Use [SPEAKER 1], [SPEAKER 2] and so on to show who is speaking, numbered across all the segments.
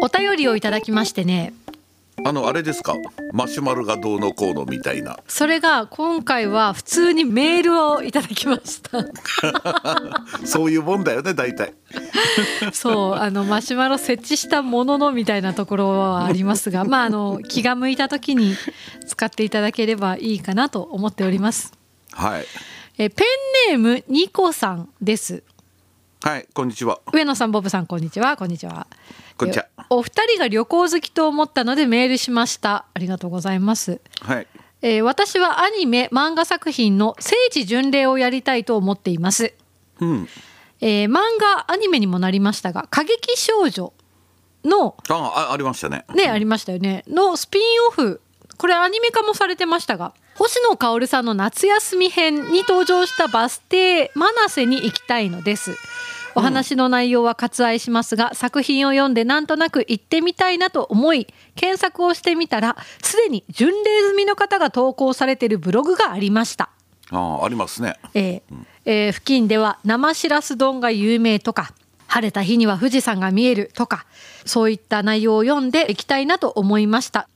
[SPEAKER 1] お便りをいただきましてね
[SPEAKER 2] あのあれですかマシュマロがどうのこうのみたいな
[SPEAKER 1] それが今回は普通にメールをいただきました
[SPEAKER 2] そういうもんだよね大体
[SPEAKER 1] そうあのマシュマロ設置したもののみたいなところはありますがまああの気が向いた時に使っていただければいいかなと思っております
[SPEAKER 2] はい
[SPEAKER 1] えペンネームニコさんです
[SPEAKER 2] はいこんにちは
[SPEAKER 1] 上野さんボブさんこんにちはこんにちは
[SPEAKER 2] こんにちは
[SPEAKER 1] えお二人が旅行好きと思ったのでメールしましたありがとうございます
[SPEAKER 2] はい
[SPEAKER 1] えー私はアニメ漫画作品の聖地巡礼をやりたいと思っています、
[SPEAKER 2] うん
[SPEAKER 1] えー漫画アニメにもなりましたが「過激少女の」
[SPEAKER 2] ああありましたね
[SPEAKER 1] ねありましたよねのスピンオフこれアニメ化もされてましたが星野薫さんの夏休み編に登場したバス停マナセに行きたいのですお話の内容は割愛しますが、作品を読んでなんとなく行ってみたいなと思い検索をしてみたらすでに巡礼済みの方が投稿されているブログがありました
[SPEAKER 2] あありますね
[SPEAKER 1] えーえー付近では生しらす丼が有名とか晴れた日には富士山が見えるとかそういった内容を読んでいきたいなと思いました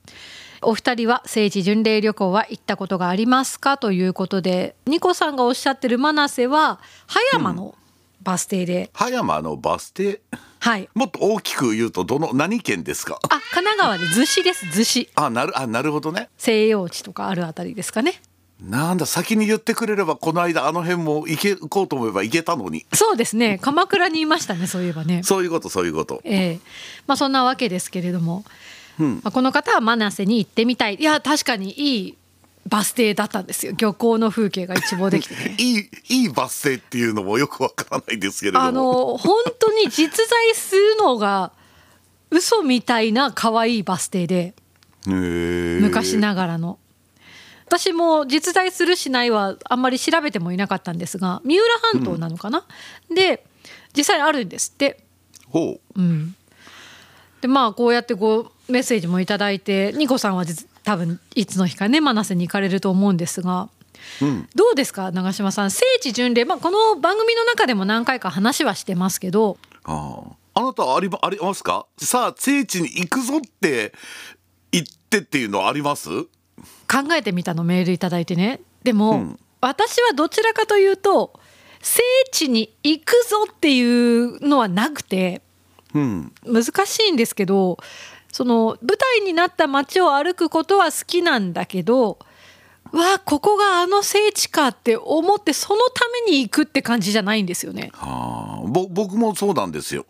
[SPEAKER 1] お二人は聖地巡礼旅行は行ったことがありますかということでニコさんがおっしゃってるマナセは葉山のバス停で、
[SPEAKER 2] 葉山のバス停
[SPEAKER 1] はい
[SPEAKER 2] もっと大きく言うとどの何県ですか
[SPEAKER 1] あ神奈川で逗子です逗子
[SPEAKER 2] あなるあなるほどね
[SPEAKER 1] 西洋地とかあるあたりですかね
[SPEAKER 2] なんだ先に言ってくれればこの間あの辺も行け行こうと思えば行けたのに
[SPEAKER 1] そうですね鎌倉にいましたねそういえばね
[SPEAKER 2] そういうことそういうこと
[SPEAKER 1] ええまあそんなわけですけれども、
[SPEAKER 2] うん、
[SPEAKER 1] まあ、この方はマナセに行ってみたいいや確かにいいバス停だったんですよ漁港の風景が一望できて、ね
[SPEAKER 2] いいいいバス停っていうのもよくわからないですけれども
[SPEAKER 1] あの本当に実在するのが嘘みたいな可愛いバス停で昔
[SPEAKER 2] 昔
[SPEAKER 1] ながらの。私も実在するしないはあんまり調べてもいなかったんですが三浦半島なのかな、で実際あるんですって
[SPEAKER 2] ほう
[SPEAKER 1] うん、でまあこうやってこうメッセージもいただいてニコさんは実多分いつの日かねマナセに行かれると思うんですが、
[SPEAKER 2] うん
[SPEAKER 1] どうですか長嶋さん聖地巡礼、まあ、この番組の中でも何回か話はしてますけど
[SPEAKER 2] あああなたはありまありますかさあ聖地に行くぞって行ってっていうのはあります
[SPEAKER 1] 考えてみたのメールいただいてねでも、
[SPEAKER 2] うん
[SPEAKER 1] 私はどちらかというと聖地に行くぞっていうのはなくて。
[SPEAKER 2] うん
[SPEAKER 1] 難しいんですけどその舞台になった街を歩くことは好きなんだけどわあここがあの聖地かって思ってそのために行くって感じじゃないんですよね。
[SPEAKER 2] ああぼ僕もそうなんですよ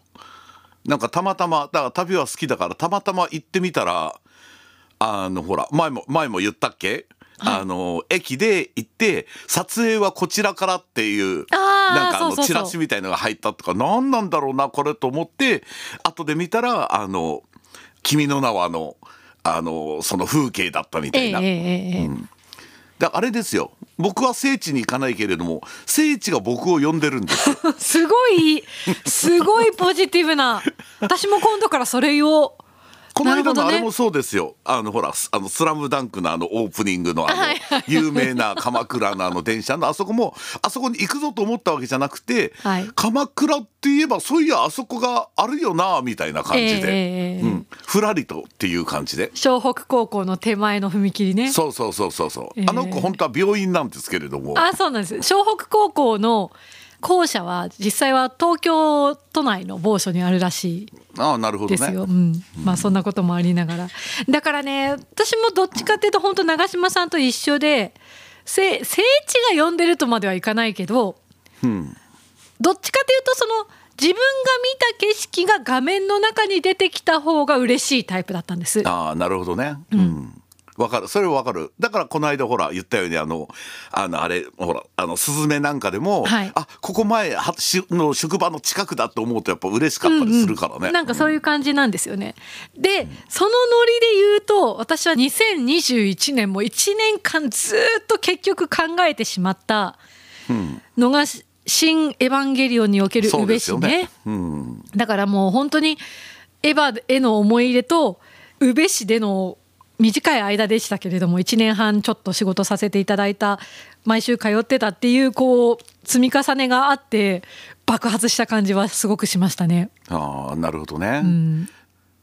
[SPEAKER 2] なんかたまたまだから旅は好きだからたまたま行ってみたらあのほら前も前も言ったっけ、あの駅で行って撮影はこちらからっていう
[SPEAKER 1] あー
[SPEAKER 2] なんかあ
[SPEAKER 1] そうそうそ
[SPEAKER 2] の
[SPEAKER 1] う
[SPEAKER 2] チラシみたいのが入ったとか何なんだろうなこれと思って後で見たらあの「君の名は」のあのその風景だったみた
[SPEAKER 1] ええ
[SPEAKER 2] い
[SPEAKER 1] え
[SPEAKER 2] な。
[SPEAKER 1] えええ
[SPEAKER 2] だからあれですよ僕は聖地に行かないけれども聖地が僕を呼んでるんですよ
[SPEAKER 1] すごいすごいポジティブな私も今度からそれを
[SPEAKER 2] この
[SPEAKER 1] なる
[SPEAKER 2] 間
[SPEAKER 1] ほど
[SPEAKER 2] のあ
[SPEAKER 1] ね
[SPEAKER 2] れもそうですよ、あのほらすあの「スラムダンクのあのオープニングのあの、
[SPEAKER 1] はい
[SPEAKER 2] 有名な鎌倉のあの電車のあそこもあそこに行くぞと思ったわけじゃなくて、
[SPEAKER 1] はい
[SPEAKER 2] 鎌倉って言えばそういやあそこがあるよなみたいな感じで、
[SPEAKER 1] ええ
[SPEAKER 2] うん、ふらりとっていう感じで。
[SPEAKER 1] 湘北高校の手前の踏切ね。
[SPEAKER 2] そうそうそうそうそう、
[SPEAKER 1] ええ
[SPEAKER 2] あの子本当は病院なんですけれども
[SPEAKER 1] あそうなんです湘北高校の校舎は実際は東京都内の某所にあるらしい
[SPEAKER 2] ああなるほ
[SPEAKER 1] で
[SPEAKER 2] ど
[SPEAKER 1] すよ、
[SPEAKER 2] ね
[SPEAKER 1] うん、まあそんなこともありながらだからね私もどっちかっていうと本当長嶋さんと一緒でせ聖地が呼んでるとまではいかないけど
[SPEAKER 2] うん
[SPEAKER 1] どっちかというとその自分が見た景色が画面の中に出てきた方が嬉しいタイプだったんです。
[SPEAKER 2] ああなるほどねうんわ、かるそれはわかるだからこの間ほら言ったようにあのあのあれほらあのスズメなんかでも、
[SPEAKER 1] はい
[SPEAKER 2] あここ前はしの職場の近くだと思うとやっぱ嬉しかったりするからね、
[SPEAKER 1] なんかそういう感じなんですよね。で、そのノリで言うと私は2021年も1年間ずっと結局考えてしまったのが「新エヴァンゲリオン」における
[SPEAKER 2] そう
[SPEAKER 1] 宇部
[SPEAKER 2] です
[SPEAKER 1] 市
[SPEAKER 2] よ
[SPEAKER 1] ね
[SPEAKER 2] ねうん
[SPEAKER 1] だからもう本当にエヴァへの思い入れと宇部市での短い間でしたけれども1年半ちょっと仕事させていただいた毎週通ってたっていうこう積み重ねがあって爆発した感じはすごくしましたね。
[SPEAKER 2] ああなるほどね、
[SPEAKER 1] うん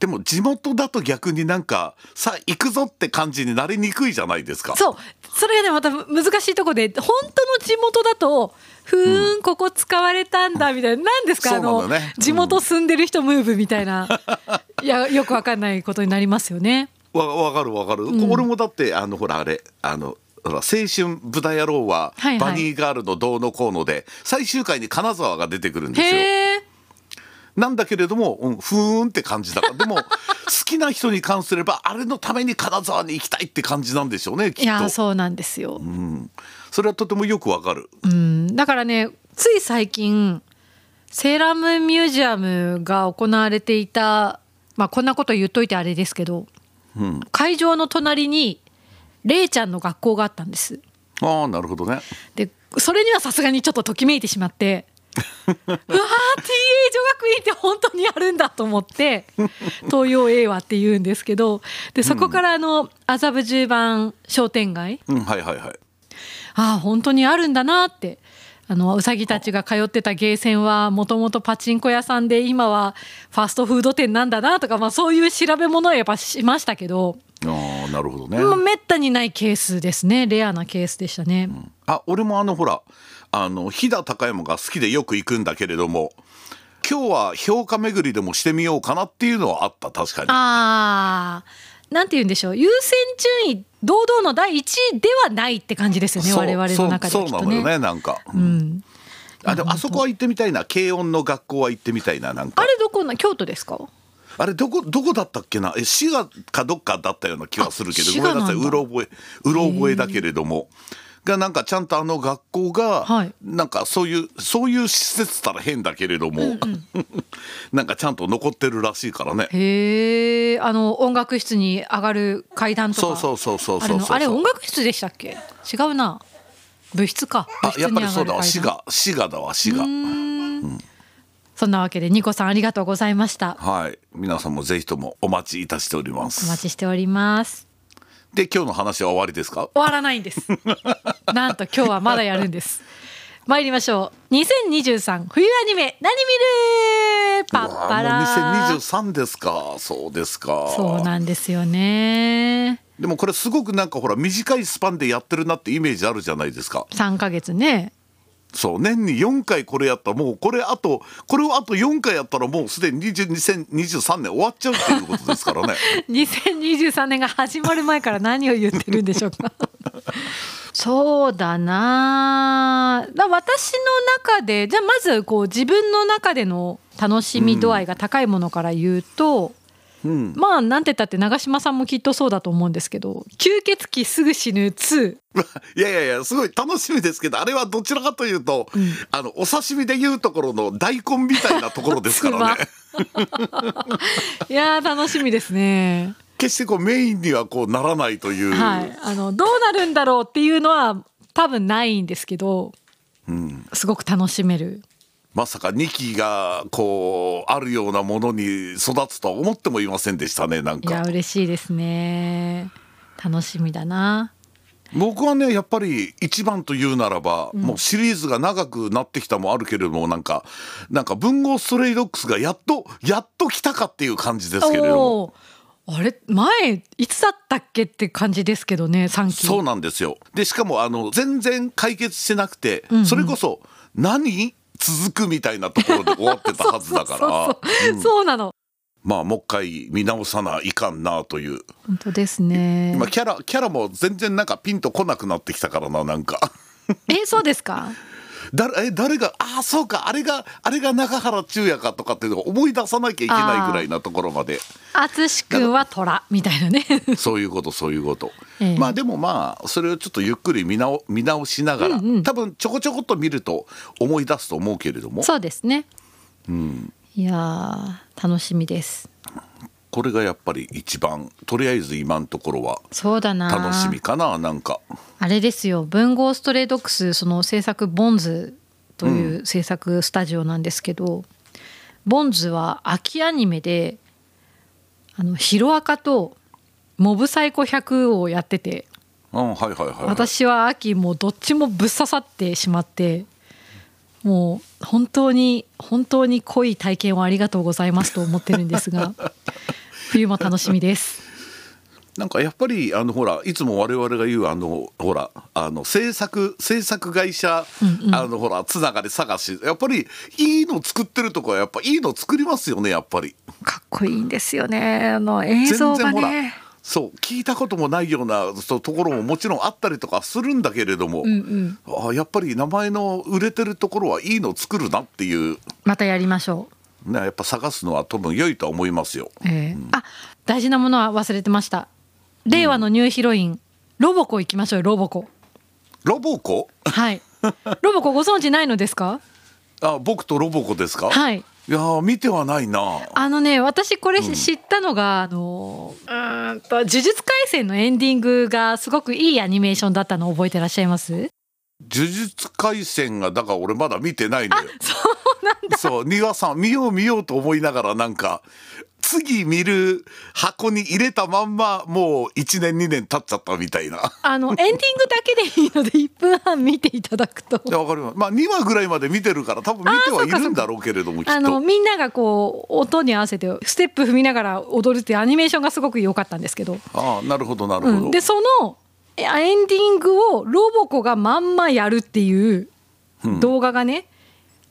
[SPEAKER 2] でも地元だと逆になんかさあ行くぞって感じになりにくいじゃないですか
[SPEAKER 1] そうそれがねまた難しいとこで本当の地元だとふーん、ここ使われたんだみたいな何ですか、
[SPEAKER 2] そう
[SPEAKER 1] あ
[SPEAKER 2] なん
[SPEAKER 1] の、
[SPEAKER 2] だねうん
[SPEAKER 1] 地元住んでる人ムーブみたいないやよくわかんないことになりますよね。
[SPEAKER 2] わわかるわかる、俺もだってあのほらあれあのほら青春豚野郎は
[SPEAKER 1] はいはい
[SPEAKER 2] バニーガールのどうのこうので最終回に金沢が出てくるんですよ
[SPEAKER 1] へえ
[SPEAKER 2] なんだけれども、うん、ふーんって感じだから でも好きな人に関すればあれのために金沢に行きたいって感じなんでしょうねき
[SPEAKER 1] い
[SPEAKER 2] っ
[SPEAKER 1] や
[SPEAKER 2] と
[SPEAKER 1] そうなんですよ。
[SPEAKER 2] うん、それはとてもよくわかる
[SPEAKER 1] うん、だからねつい最近セーラムミュージアムが行われていた、まあ、こんなこと言っといてあれですけど、会場の隣にレイちゃんの学校があったんです。
[SPEAKER 2] ああなるほどね
[SPEAKER 1] でそれにはさすがにちょっとときめいてしまってうわー TA 女学院って本当にあるんだと思って東洋英和って言うんですけどでそこからあの麻布十番商店街
[SPEAKER 2] うんはいはいはい
[SPEAKER 1] ああ本当にあるんだなってあのうさぎたちが通ってたゲーセンはもともとパチンコ屋さんで今はファストフード店なんだなとか、まあ、そういう調べ物はやっぱしましたけど、
[SPEAKER 2] ああなるほどね、
[SPEAKER 1] まあ、めったにないケースですねレアなケースでしたね。
[SPEAKER 2] あ俺もあのほらあの飛騨高山が好きでよく行くんだけれども今日は評価巡りでもしてみようかなっていうのはあった確かに
[SPEAKER 1] あーなんて言うんでしょう優先順位堂々の第一位ではないって感じですよね
[SPEAKER 2] そう
[SPEAKER 1] 我々の中で
[SPEAKER 2] そう
[SPEAKER 1] はきっ
[SPEAKER 2] そう
[SPEAKER 1] と
[SPEAKER 2] なのよ
[SPEAKER 1] ね。
[SPEAKER 2] ねなんか、
[SPEAKER 1] うん、
[SPEAKER 2] あでもあそこは行ってみたいな軽音の学校は行ってみたいななんか
[SPEAKER 1] あれどこな京都ですか
[SPEAKER 2] あれどこどこだったっけなえ滋賀かどっかだったような気はするけど
[SPEAKER 1] あ滋
[SPEAKER 2] ごめ
[SPEAKER 1] 賀
[SPEAKER 2] んなさい
[SPEAKER 1] なんだ
[SPEAKER 2] うろ覚えうろ覚えだけれどもがなんかちゃんとあの学校が、
[SPEAKER 1] はい
[SPEAKER 2] なんかそういうそういう施設ったら変だけれども、 なんかちゃんと残ってるらしいからね。
[SPEAKER 1] へえあの音楽室に上がる階段とか
[SPEAKER 2] そうそうそうそう
[SPEAKER 1] あ
[SPEAKER 2] そ
[SPEAKER 1] る
[SPEAKER 2] う
[SPEAKER 1] の
[SPEAKER 2] そう
[SPEAKER 1] あれ音楽室でしたっけ違うな部室か部
[SPEAKER 2] あ
[SPEAKER 1] 室に
[SPEAKER 2] やっぱりそうだわ
[SPEAKER 1] 上がる階段
[SPEAKER 2] 滋賀滋賀だわ滋賀
[SPEAKER 1] そんなわけでニコさんありがとうございました
[SPEAKER 2] はい皆さんもぜひともお待ちいたしておりま
[SPEAKER 1] お待
[SPEAKER 2] す
[SPEAKER 1] ちしております
[SPEAKER 2] で今日の話は終わりですか
[SPEAKER 1] 終わらないん ですなんと今日はまだやるんです参りましょう2023冬アニメ何見るパッパラ
[SPEAKER 2] うわもう2023ですかそうですか
[SPEAKER 1] そうなんですよね
[SPEAKER 2] でもこれすごくなんかほら短いスパンでやってるなってイメージあるじゃないですか
[SPEAKER 1] 3ヶ月ね
[SPEAKER 2] そう年に4回これやったらもうこれあとこれをあと4回やったらもうすでに20 2023年終わっちゃうっていうことですからね
[SPEAKER 1] 2023年が始まる前から何を言ってるんでしょう かそうだなあだ私の中でじゃあまずこう自分の中での楽しみ度合いが高いものから言うと、
[SPEAKER 2] うん
[SPEAKER 1] まあなんて言ったって長嶋さんもきっとそうだと思うんですけど「吸血鬼すぐ死ぬ2
[SPEAKER 2] いやいやいやすごい楽しみですけどあれはどちらかというと、あのお刺身でいうところの大根みたいなところです か」らね
[SPEAKER 1] いやー楽しみですね。
[SPEAKER 2] 決してこうメインにはこうならないという、
[SPEAKER 1] はい、あのどうなるんだろうっていうのは多分ないんですけど
[SPEAKER 2] うん、
[SPEAKER 1] すごく楽しめる。
[SPEAKER 2] まさか2期がこうあるようなものに育つとは思ってもいませんでしたねなん
[SPEAKER 1] い
[SPEAKER 2] か
[SPEAKER 1] や。嬉しいですね楽しみだな。
[SPEAKER 2] 僕はねやっぱり一番というならば、もうシリーズが長くなってきたもあるけれどもなんかなんか文豪ストレイドックスがやっとやっと来たかっていう感じですけれども
[SPEAKER 1] おーあれ前いつだったっけって感じですけどね3期
[SPEAKER 2] そうなんですよでしかもあの全然解決してなくて、
[SPEAKER 1] んうん
[SPEAKER 2] それこそ何続くみたいなところで終わってたはずだか
[SPEAKER 1] そうそうそう
[SPEAKER 2] らうん
[SPEAKER 1] そうなの
[SPEAKER 2] まあもう一回見直さないかんなという
[SPEAKER 1] 本当ですね
[SPEAKER 2] 今キャラキャラも全然なんかピンとこなくなってきたからななんか。
[SPEAKER 1] えそうですか
[SPEAKER 2] 誰え誰がああそうかあれがあれが中原中也かとかっていうのを思い出さなきゃいけないぐらいなところまで
[SPEAKER 1] 淳君は虎みたいなね
[SPEAKER 2] そういうことそういうこと、
[SPEAKER 1] ええ
[SPEAKER 2] まあでもまあそれをちょっとゆっくり見直見直しながら、多分ちょこちょこっと見ると思い出すと思うけれども
[SPEAKER 1] そうですね、いやー楽しみです
[SPEAKER 2] これがやっぱり一番とりあえず今のところは
[SPEAKER 1] そうだな
[SPEAKER 2] 楽しみかななんか
[SPEAKER 1] あれですよ文豪ストレイドックスその制作ボンズという制作スタジオなんですけど、ボンズは秋アニメであのヒロアカとモブサイコ100をやってて
[SPEAKER 2] うんはいはいはいはい
[SPEAKER 1] 私は秋もうどっちもぶっ刺さってしまってもう本当に本当に濃い体験をありがとうございますと思ってるんです が冬も楽しみです
[SPEAKER 2] なんかやっぱりあのほらいつも我々が言うあのほらあの制作制作会社、あのほらつながり探しやっぱりいいの作ってるとこはやっぱいいの作りますよねやっぱり
[SPEAKER 1] かっこいいんですよねあの映像が
[SPEAKER 2] ほら
[SPEAKER 1] ね
[SPEAKER 2] そう聞いたこともないようなそうところももちろんあったりとかするんだけれども、
[SPEAKER 1] うん
[SPEAKER 2] あやっぱり名前の売れてるところはいいの作るなっていう、
[SPEAKER 1] またやりましょう
[SPEAKER 2] ね、やっぱ探すのは多分良いとは思いますよ。
[SPEAKER 1] えーあ大事なものは忘れてました令和のニューヒロイン、ロボコ行きましょうよロボコ
[SPEAKER 2] ロボコ
[SPEAKER 1] はい ロボコご存知ないのですか
[SPEAKER 2] あ僕とロボコですか、
[SPEAKER 1] はい
[SPEAKER 2] いやー見てはないな。
[SPEAKER 1] あのね私これ知ったのが、あのうーんと呪術廻戦のエンディングがすごくいいアニメーションだったの覚えてらっしゃいます
[SPEAKER 2] 呪術廻戦がだから俺まだ見てないのよ。
[SPEAKER 1] そうなん
[SPEAKER 2] そう庭さん見よう見ようと思いながらなんか次見る箱に入れたまんまもう1年2年経っちゃったみたいな。
[SPEAKER 1] あ のエンディングだけでいいので1分半見ていただくと
[SPEAKER 2] いやわかります。まあ2話ぐらいまで見てるから多分見てはいるんだろうけれどもきっ
[SPEAKER 1] あの
[SPEAKER 2] と。
[SPEAKER 1] みんながこう音に合わせてステップ踏みながら踊るっていうアニメーションがすごく良かったんですけど
[SPEAKER 2] ああなるほどなる
[SPEAKER 1] う
[SPEAKER 2] ほど。
[SPEAKER 1] ん、でそのえエンディングをロボコがまんまやるっていう動画がね、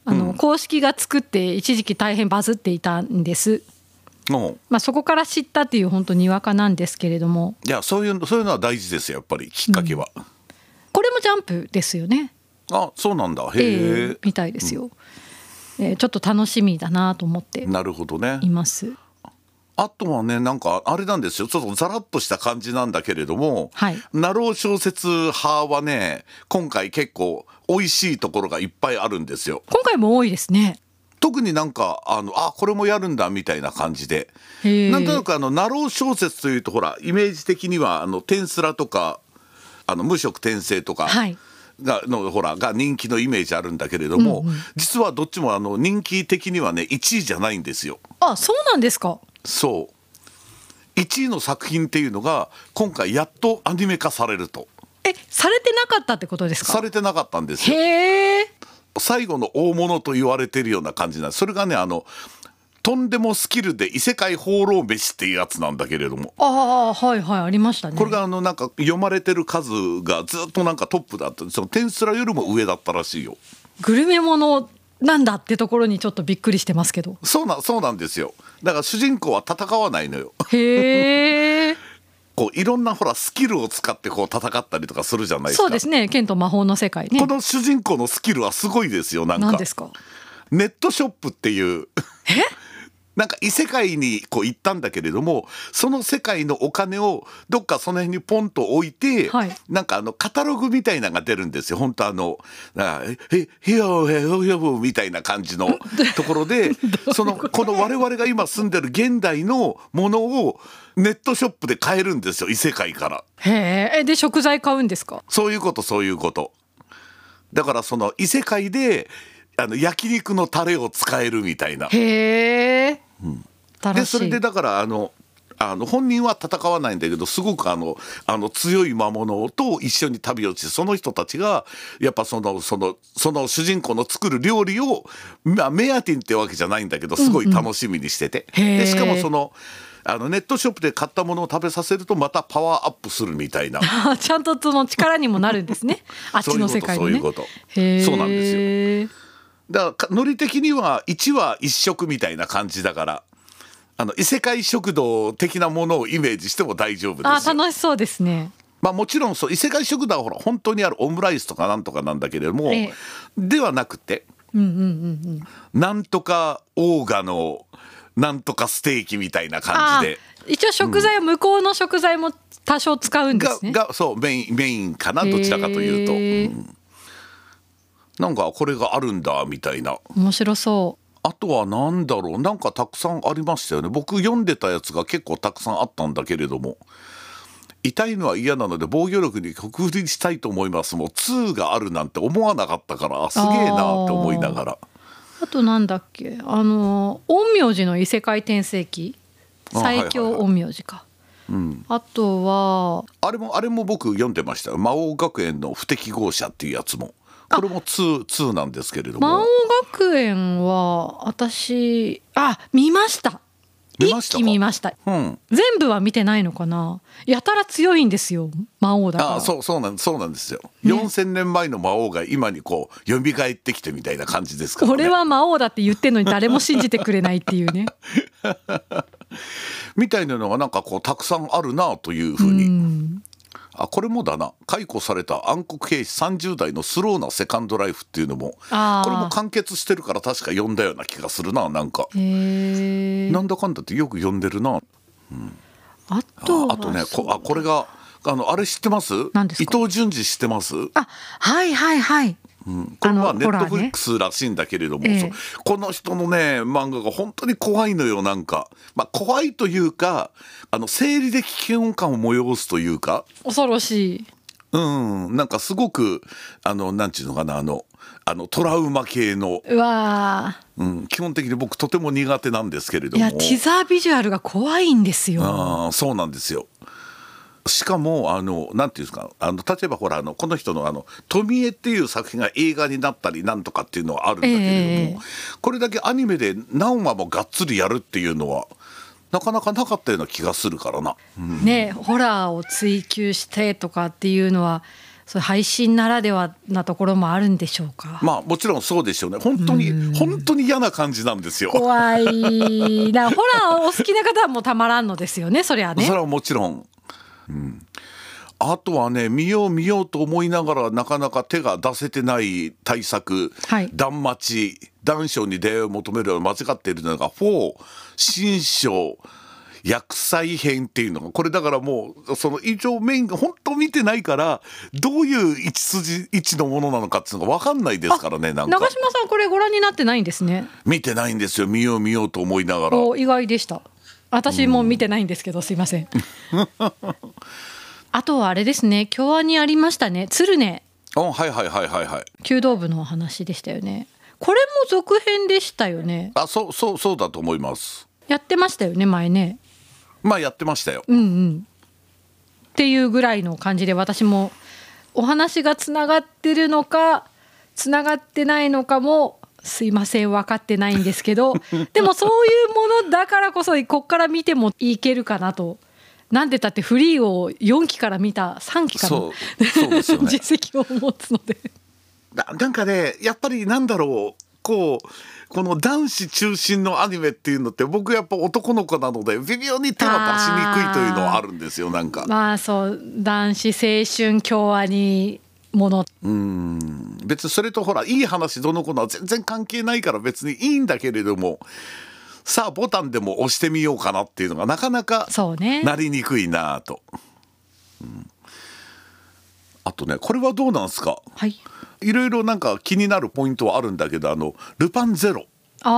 [SPEAKER 1] あの公式が作って一時期大変バズっていたんです、
[SPEAKER 2] うん
[SPEAKER 1] まあ、そこから知ったっていう本当にわかなんですけれども
[SPEAKER 2] いやそういうのそういうのは大事ですよやっぱりきっかけは。
[SPEAKER 1] これもジャンプですよね、
[SPEAKER 2] あそうなんだ。
[SPEAKER 1] え
[SPEAKER 2] へ
[SPEAKER 1] ー
[SPEAKER 2] え。
[SPEAKER 1] みたいですよ、えーちょっと楽しみだなと思って
[SPEAKER 2] なるほどね
[SPEAKER 1] い。ます
[SPEAKER 2] あとはねなんかあれなんですよちょっとざらっとした感じなんだけれども、
[SPEAKER 1] はい
[SPEAKER 2] ナロー小説派はね今回結構美味しいところがいっぱいあるんですよ。
[SPEAKER 1] 今回も多いですね
[SPEAKER 2] 特になんかあのあこれもやるんだみたいな感じで、
[SPEAKER 1] へえ
[SPEAKER 2] なんとなくあのナロー小説というとほらイメージ的にはあの天スラとかあの無色転生とか。
[SPEAKER 1] はい
[SPEAKER 2] がのほらが人気のイメージあるんだけれども、実はどっちもあの人気的にはね1位じゃないんですよ。
[SPEAKER 1] あそうなんですか
[SPEAKER 2] そう1位の作品っていうのが今回やっとアニメ化されると
[SPEAKER 1] えされてなかったってことです
[SPEAKER 2] さ
[SPEAKER 1] か
[SPEAKER 2] れてなかったんですよ
[SPEAKER 1] へえ
[SPEAKER 2] 最後の大物と言われてるような感じなんですそれがねあのとんでもスキルで異世界放浪飯っていうやつなんだけれども
[SPEAKER 1] ああはいはいありましたね
[SPEAKER 2] これがあのなんか読まれてる数がずっとなんかトップだったそのテンスラよりも上だったらしいよ
[SPEAKER 1] グルメものなんだってところにちょっとびっくりしてますけ ど
[SPEAKER 2] そうなそうなんですよだから主人公は戦わないのよ
[SPEAKER 1] へえ
[SPEAKER 2] こういろんなほらスキルを使ってこう戦ったりとかするじゃないですか
[SPEAKER 1] そうですね剣と魔法の世界ね
[SPEAKER 2] この主人公のスキルはすごいですよなんか
[SPEAKER 1] 何ですか
[SPEAKER 2] ネットショップっていう なんか異世界にこう行ったんだけれどもその世界のお金をどっかその辺にポンと置いて、
[SPEAKER 1] はい
[SPEAKER 2] なんかあのカタログみたいなのが出るんですよ本当あの「なんかええへよへよへよ」みたいな感じのところでそのこの我々が今住んでる現代のものをネットショップで買えるんですよ異世界から。
[SPEAKER 1] へええで食材買うんですか
[SPEAKER 2] そういうことそういうこと。だからその異世界であの焼肉のタレを使えるみたいな。
[SPEAKER 1] へえ、
[SPEAKER 2] で
[SPEAKER 1] 新しい
[SPEAKER 2] それでだからあのあの本人は戦わないんだけどすごくあのあの強い魔物と一緒に旅をしてその人たちがやっぱそのそのその主人公の作る料理を、まあ、目当てにってわけじゃないんだけどすごい楽しみにしてて、
[SPEAKER 1] うんへー
[SPEAKER 2] でしかもそのあのネットショップで買ったものを食べさせるとまたパワーアップするみたいな
[SPEAKER 1] あちゃんとその力にもなるんですねあっちの世界のね
[SPEAKER 2] そういうことそう
[SPEAKER 1] へ
[SPEAKER 2] いうこ
[SPEAKER 1] え
[SPEAKER 2] とそうなんですよ
[SPEAKER 1] よ
[SPEAKER 2] だからかノリ的には1話1食みたいな感じだからあの異世界食堂的なものをイメージしても大丈夫で
[SPEAKER 1] あ
[SPEAKER 2] すよ。
[SPEAKER 1] 楽しそうですね
[SPEAKER 2] まあ、もちろんそう異世界食堂はほら本当にあるオムライスとかなんとかなんだけれども、
[SPEAKER 1] ええ
[SPEAKER 2] ではなくて、なんとかオーガのなんとかステーキみたいな感
[SPEAKER 1] あ
[SPEAKER 2] じで。
[SPEAKER 1] 一応食材は向こうの食材も多少使うんで
[SPEAKER 2] が
[SPEAKER 1] すね
[SPEAKER 2] がそうメインメインかなどちらかというと、
[SPEAKER 1] へえ
[SPEAKER 2] うんなんかこれがあるんだみたいな
[SPEAKER 1] 面白そう
[SPEAKER 2] あとは何だろうなんかたくさんありましたよね僕読んでたやつが結構たくさんあったんだけれども痛いのは嫌なので防御力に克服したいと思いますもう2があるなんて思わなかったからあすげえなって思いながら
[SPEAKER 1] あとなんだっけあの陰陽師の異世界転生記
[SPEAKER 2] あはいはい
[SPEAKER 1] 最強陰陽師か、あとは
[SPEAKER 2] あれもあれも僕読んでました魔王学園の不適合者っていうやつもこれも2 2なんですけれど
[SPEAKER 1] 魔
[SPEAKER 2] も
[SPEAKER 1] 王学園は私あ見ました
[SPEAKER 2] 見ました
[SPEAKER 1] 一
[SPEAKER 2] か
[SPEAKER 1] 気見ました
[SPEAKER 2] うん
[SPEAKER 1] 全部は見てないのかなやたら強いんですよ魔王だから
[SPEAKER 2] ああそうそうなんそうなんですよ、4,000年前の魔王が今にこう蘇ってきてみたいな感じですから、ね、
[SPEAKER 1] 俺は魔王だって言ってんのに誰も信じてくれないっていうね
[SPEAKER 2] みたいなのがなんかこうたくさんあるなというふうに、あこれもだな解雇された暗黒兵士30代のスローなセカンドライフっていうのも
[SPEAKER 1] あー
[SPEAKER 2] これも完結してるから確か読んだような気がするななんか、
[SPEAKER 1] へえ
[SPEAKER 2] なんだかんだってよく読んでるな
[SPEAKER 1] あ
[SPEAKER 2] あ
[SPEAKER 1] とは
[SPEAKER 2] あとね
[SPEAKER 1] そう
[SPEAKER 2] こあこれがあのあれ知ってます
[SPEAKER 1] 何です
[SPEAKER 2] 伊
[SPEAKER 1] か
[SPEAKER 2] 藤潤二知ってます
[SPEAKER 1] あはいはいはい
[SPEAKER 2] これ
[SPEAKER 1] あ
[SPEAKER 2] は
[SPEAKER 1] の
[SPEAKER 2] ネ
[SPEAKER 1] ホ
[SPEAKER 2] ッ
[SPEAKER 1] ラ
[SPEAKER 2] ト
[SPEAKER 1] ーね
[SPEAKER 2] フリックスらしいんだけれども、
[SPEAKER 1] ええ
[SPEAKER 2] そうこの人のね漫画が本当に怖いのよなんか、まあ、怖いというかあの生理的嫌悪感を催すというか
[SPEAKER 1] 恐ろしい
[SPEAKER 2] うんなんかすごくあのなんちゅうのかなあのあのトラウマ系の、
[SPEAKER 1] うわー
[SPEAKER 2] うん、基本的に僕とても苦手なんですけれど
[SPEAKER 1] い
[SPEAKER 2] も
[SPEAKER 1] やティザービジュアルが怖いんですよ
[SPEAKER 2] あーそうなんですよしかもあのなんていうんですかあの例えばほらあのこの人の「あの富江」っていう作品が映画になったりなんとかっていうのはあるんだけれども、
[SPEAKER 1] ええ
[SPEAKER 2] これだけアニメで何話もがっつりやるっていうのはなかなかなかったような気がするからな。
[SPEAKER 1] ねホラーを追求してとかっていうのはそういう配信ならではなところもあるんでしょうか、
[SPEAKER 2] まあもちろんそうでしょうね本当に本当に嫌な感じなんですよ。
[SPEAKER 1] 怖いなホラーお好きな方はもうたまらんのですよねそりゃ
[SPEAKER 2] そ
[SPEAKER 1] ね
[SPEAKER 2] れはもちろん、うん、あとはね見よう見ようと思いながらなかなか手が出せてない対策「
[SPEAKER 1] はい
[SPEAKER 2] 断末男性に出会いを求めるよう間違っているのが「4新章」薬剤編っていうのがこれだからもうその一応メインが本当見てないからどういう一筋一のものなのかっていうのが分かんないですからねなん
[SPEAKER 1] 長
[SPEAKER 2] か
[SPEAKER 1] 島さんこれご覧になってないんですね
[SPEAKER 2] 見てないんですよ見よう見ようと思いながら
[SPEAKER 1] お意外でした私も見てないんですけどすいません あとはあれですね京アニありましたね鶴ね
[SPEAKER 2] あはいはいはいはいはい
[SPEAKER 1] 弓道部のお話でしたよねこれも続編でしたよね
[SPEAKER 2] あそうそうそうだと思います
[SPEAKER 1] やってましたよね前ね
[SPEAKER 2] まあやってましたよ。
[SPEAKER 1] うんうんっていうぐらいの感じで私もお話がつながってるのかつながってないのかもすいません分かってないんですけ どでもそういうものだからこそこっから見てもいけるかなと。なんでだってフリーを4期から見た3期から
[SPEAKER 2] そうそうですよね
[SPEAKER 1] 実績を持つので
[SPEAKER 2] ななんかねやっぱりなんだろうこうこの男子中心のアニメっていうのって僕やっぱ男の子なので微妙に手は出しにくいというのはあるんですよなんか、
[SPEAKER 1] まあそう男子青春共和にもの
[SPEAKER 2] うん別にそれとほらいい話どの子のは全然関係ないから別にいいんだけれどもさあボタンでも押してみようかなっていうのがなかなか
[SPEAKER 1] そうね
[SPEAKER 2] なりにくいなぁと、うんあとねこれはどうなんすか
[SPEAKER 1] はい
[SPEAKER 2] いろいろなんか気になるポイントはあるんだけどあの「ルパンゼロ」
[SPEAKER 1] ああ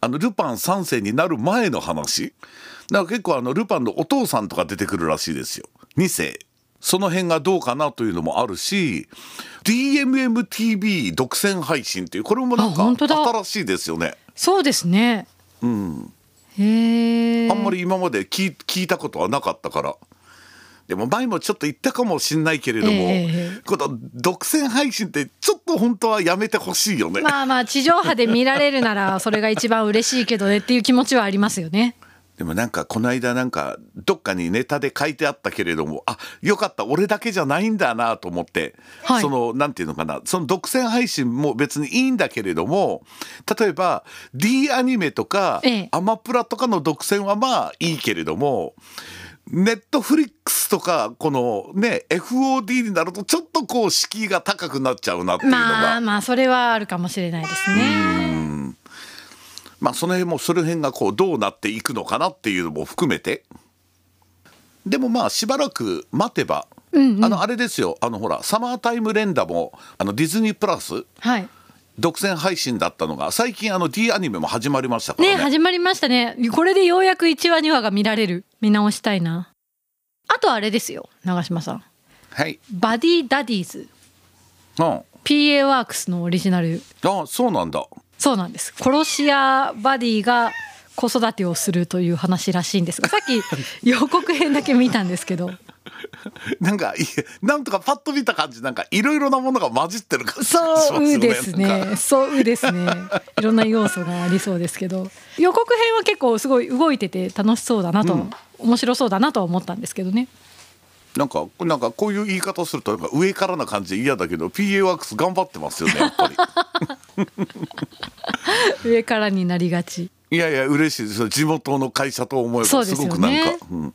[SPEAKER 2] あのルパン三世になる前の話だから結構あのルパンのお父さんとか出てくるらしいですよ2世その辺がどうかなというのもあるし DMMTV 独占配信っていうこれもなん
[SPEAKER 1] あ
[SPEAKER 2] か
[SPEAKER 1] 本当だ
[SPEAKER 2] 新しいですよね
[SPEAKER 1] そうですね。うん。へえ。
[SPEAKER 2] あんまり今まで聞い聞いたことはなかったからでも前もちょっと言ったかもしんないけれども、
[SPEAKER 1] ええ
[SPEAKER 2] この独占配信ってちょっと本当はやめてほしいよね、
[SPEAKER 1] まあまあ地上波で見られるならそれが一番嬉しいけどねっていう気持ちはありますよね。
[SPEAKER 2] でもなんかこの間なんかどっかにネタで書いてあったけれどもあよかった俺だけじゃないんだなと思って、
[SPEAKER 1] はい
[SPEAKER 2] そのなんていうのかなその独占配信も別にいいんだけれども例えば D アニメとか、
[SPEAKER 1] ええ
[SPEAKER 2] アマプラとかの独占はまあいいけれどもネットフリックスとかこのね FOD になるとちょっとこう敷居が高くなっちゃうなっていうのが。
[SPEAKER 1] まあまあそれはあるかもしれないですね。
[SPEAKER 2] まあその辺もその辺がこうどうなっていくのかなっていうのも含めてでもまあしばらく待てば、あのあれですよあのほらサマータイム連打もあのディズニープラス
[SPEAKER 1] はい。
[SPEAKER 2] 独占配信だったのが最近あの D アニメも始まりましたから
[SPEAKER 1] ね
[SPEAKER 2] ね
[SPEAKER 1] 始まりましたね。これでようやく一話二話が見られる。見直したいな。あとあれですよ長島さん。
[SPEAKER 2] はい、
[SPEAKER 1] バディダディーズ
[SPEAKER 2] うん、あ
[SPEAKER 1] PA ワークスのオリジナル
[SPEAKER 2] そうなんだ
[SPEAKER 1] そうなんです殺し屋バディが子育てをするという話らしいんですがさっ き予告編だけ見たんですけど
[SPEAKER 2] なんかいなんとかパッと見た感じなんかいろいろなものが混じってる感じがしま
[SPEAKER 1] そうです
[SPEAKER 2] よなんか
[SPEAKER 1] ねそうですねいろんな要素がありそうですけど予告編は結構すごい動いてて楽しそうだなと、面白そうだなとは思ったんですけどね
[SPEAKER 2] なんかなんかこういう言い方するとなんか上からな感じで嫌だけど PA ワークス頑張ってますよねやっぱり
[SPEAKER 1] 上からになりがち
[SPEAKER 2] いやいや嬉しいです地元の会社と思え
[SPEAKER 1] そう
[SPEAKER 2] ば
[SPEAKER 1] ですすよ
[SPEAKER 2] ご
[SPEAKER 1] ね
[SPEAKER 2] くなんか、うん、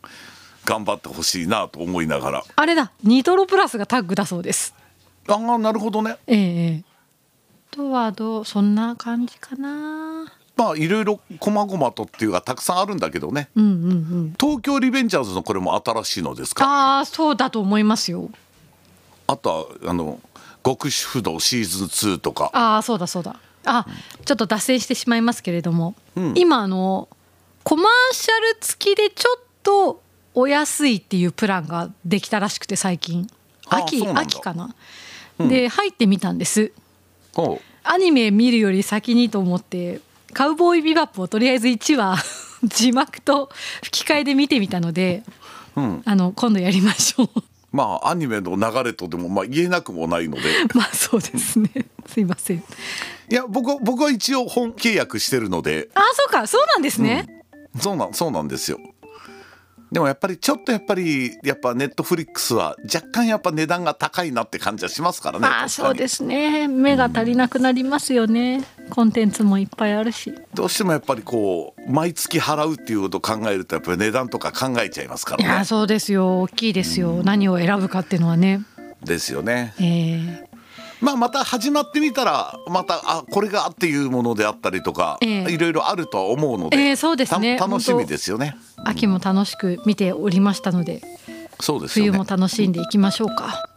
[SPEAKER 2] 頑張ってほしいなと思いながら
[SPEAKER 1] あれだニトロプラスがタッグだそうです
[SPEAKER 2] ああなるほどね
[SPEAKER 1] ええええあとはどうそんな感じかな
[SPEAKER 2] まあいろいろ細々とっていうかたくさんあるんだけどね
[SPEAKER 1] うんうんうん
[SPEAKER 2] 東京リベンジャーズのこれも新しいのですか
[SPEAKER 1] ああそうだと思いますよ
[SPEAKER 2] あとはあの極主不動シーズン2とか
[SPEAKER 1] ああそうだそうだあちょっと脱線してしまいますけれども、今あのコマーシャル付きでちょっとお安いっていうプランができたらしくて最近
[SPEAKER 2] あー
[SPEAKER 1] 秋
[SPEAKER 2] そうなんだ
[SPEAKER 1] 秋かな、で入ってみたんです
[SPEAKER 2] ほう
[SPEAKER 1] アニメ見るより先にと思って「カウボーイビバップ」をとりあえず1話 字幕と吹き替えで見てみたので、
[SPEAKER 2] ん
[SPEAKER 1] あの今度やりましょう
[SPEAKER 2] まあアニメの流れとでもまあ言えなく もないので
[SPEAKER 1] まあそうですねすいません
[SPEAKER 2] いや僕は僕は一応本契約してるので
[SPEAKER 1] あーそうかそうなんですね、
[SPEAKER 2] そうなんそうなんですよでもやっぱりちょっとやっぱりやっぱネットフリックスは若干やっぱ値段が高いなって感じはしますからね
[SPEAKER 1] まあそうですすね目が足りなくなりますよねコンテンツもいっぱいあるし
[SPEAKER 2] どうしてもやっぱりこう毎月払うっていうことを考えるとやっぱり値段とか考えちゃいますか
[SPEAKER 1] いや
[SPEAKER 2] ら
[SPEAKER 1] ー
[SPEAKER 2] ね
[SPEAKER 1] そうですよ大きいですよ何を選ぶかっていうのはね
[SPEAKER 2] ですよね
[SPEAKER 1] えー
[SPEAKER 2] まあまた始まってみたらまたあこれがあっていうものであったりとか、
[SPEAKER 1] ええ
[SPEAKER 2] いろいろあるとは思うので、
[SPEAKER 1] ええそうですね
[SPEAKER 2] た楽し
[SPEAKER 1] 本
[SPEAKER 2] み
[SPEAKER 1] 当
[SPEAKER 2] ですよね
[SPEAKER 1] 秋も楽しく見ておりましたので
[SPEAKER 2] そうですよ
[SPEAKER 1] 冬
[SPEAKER 2] ね
[SPEAKER 1] も楽しんでいきましょうか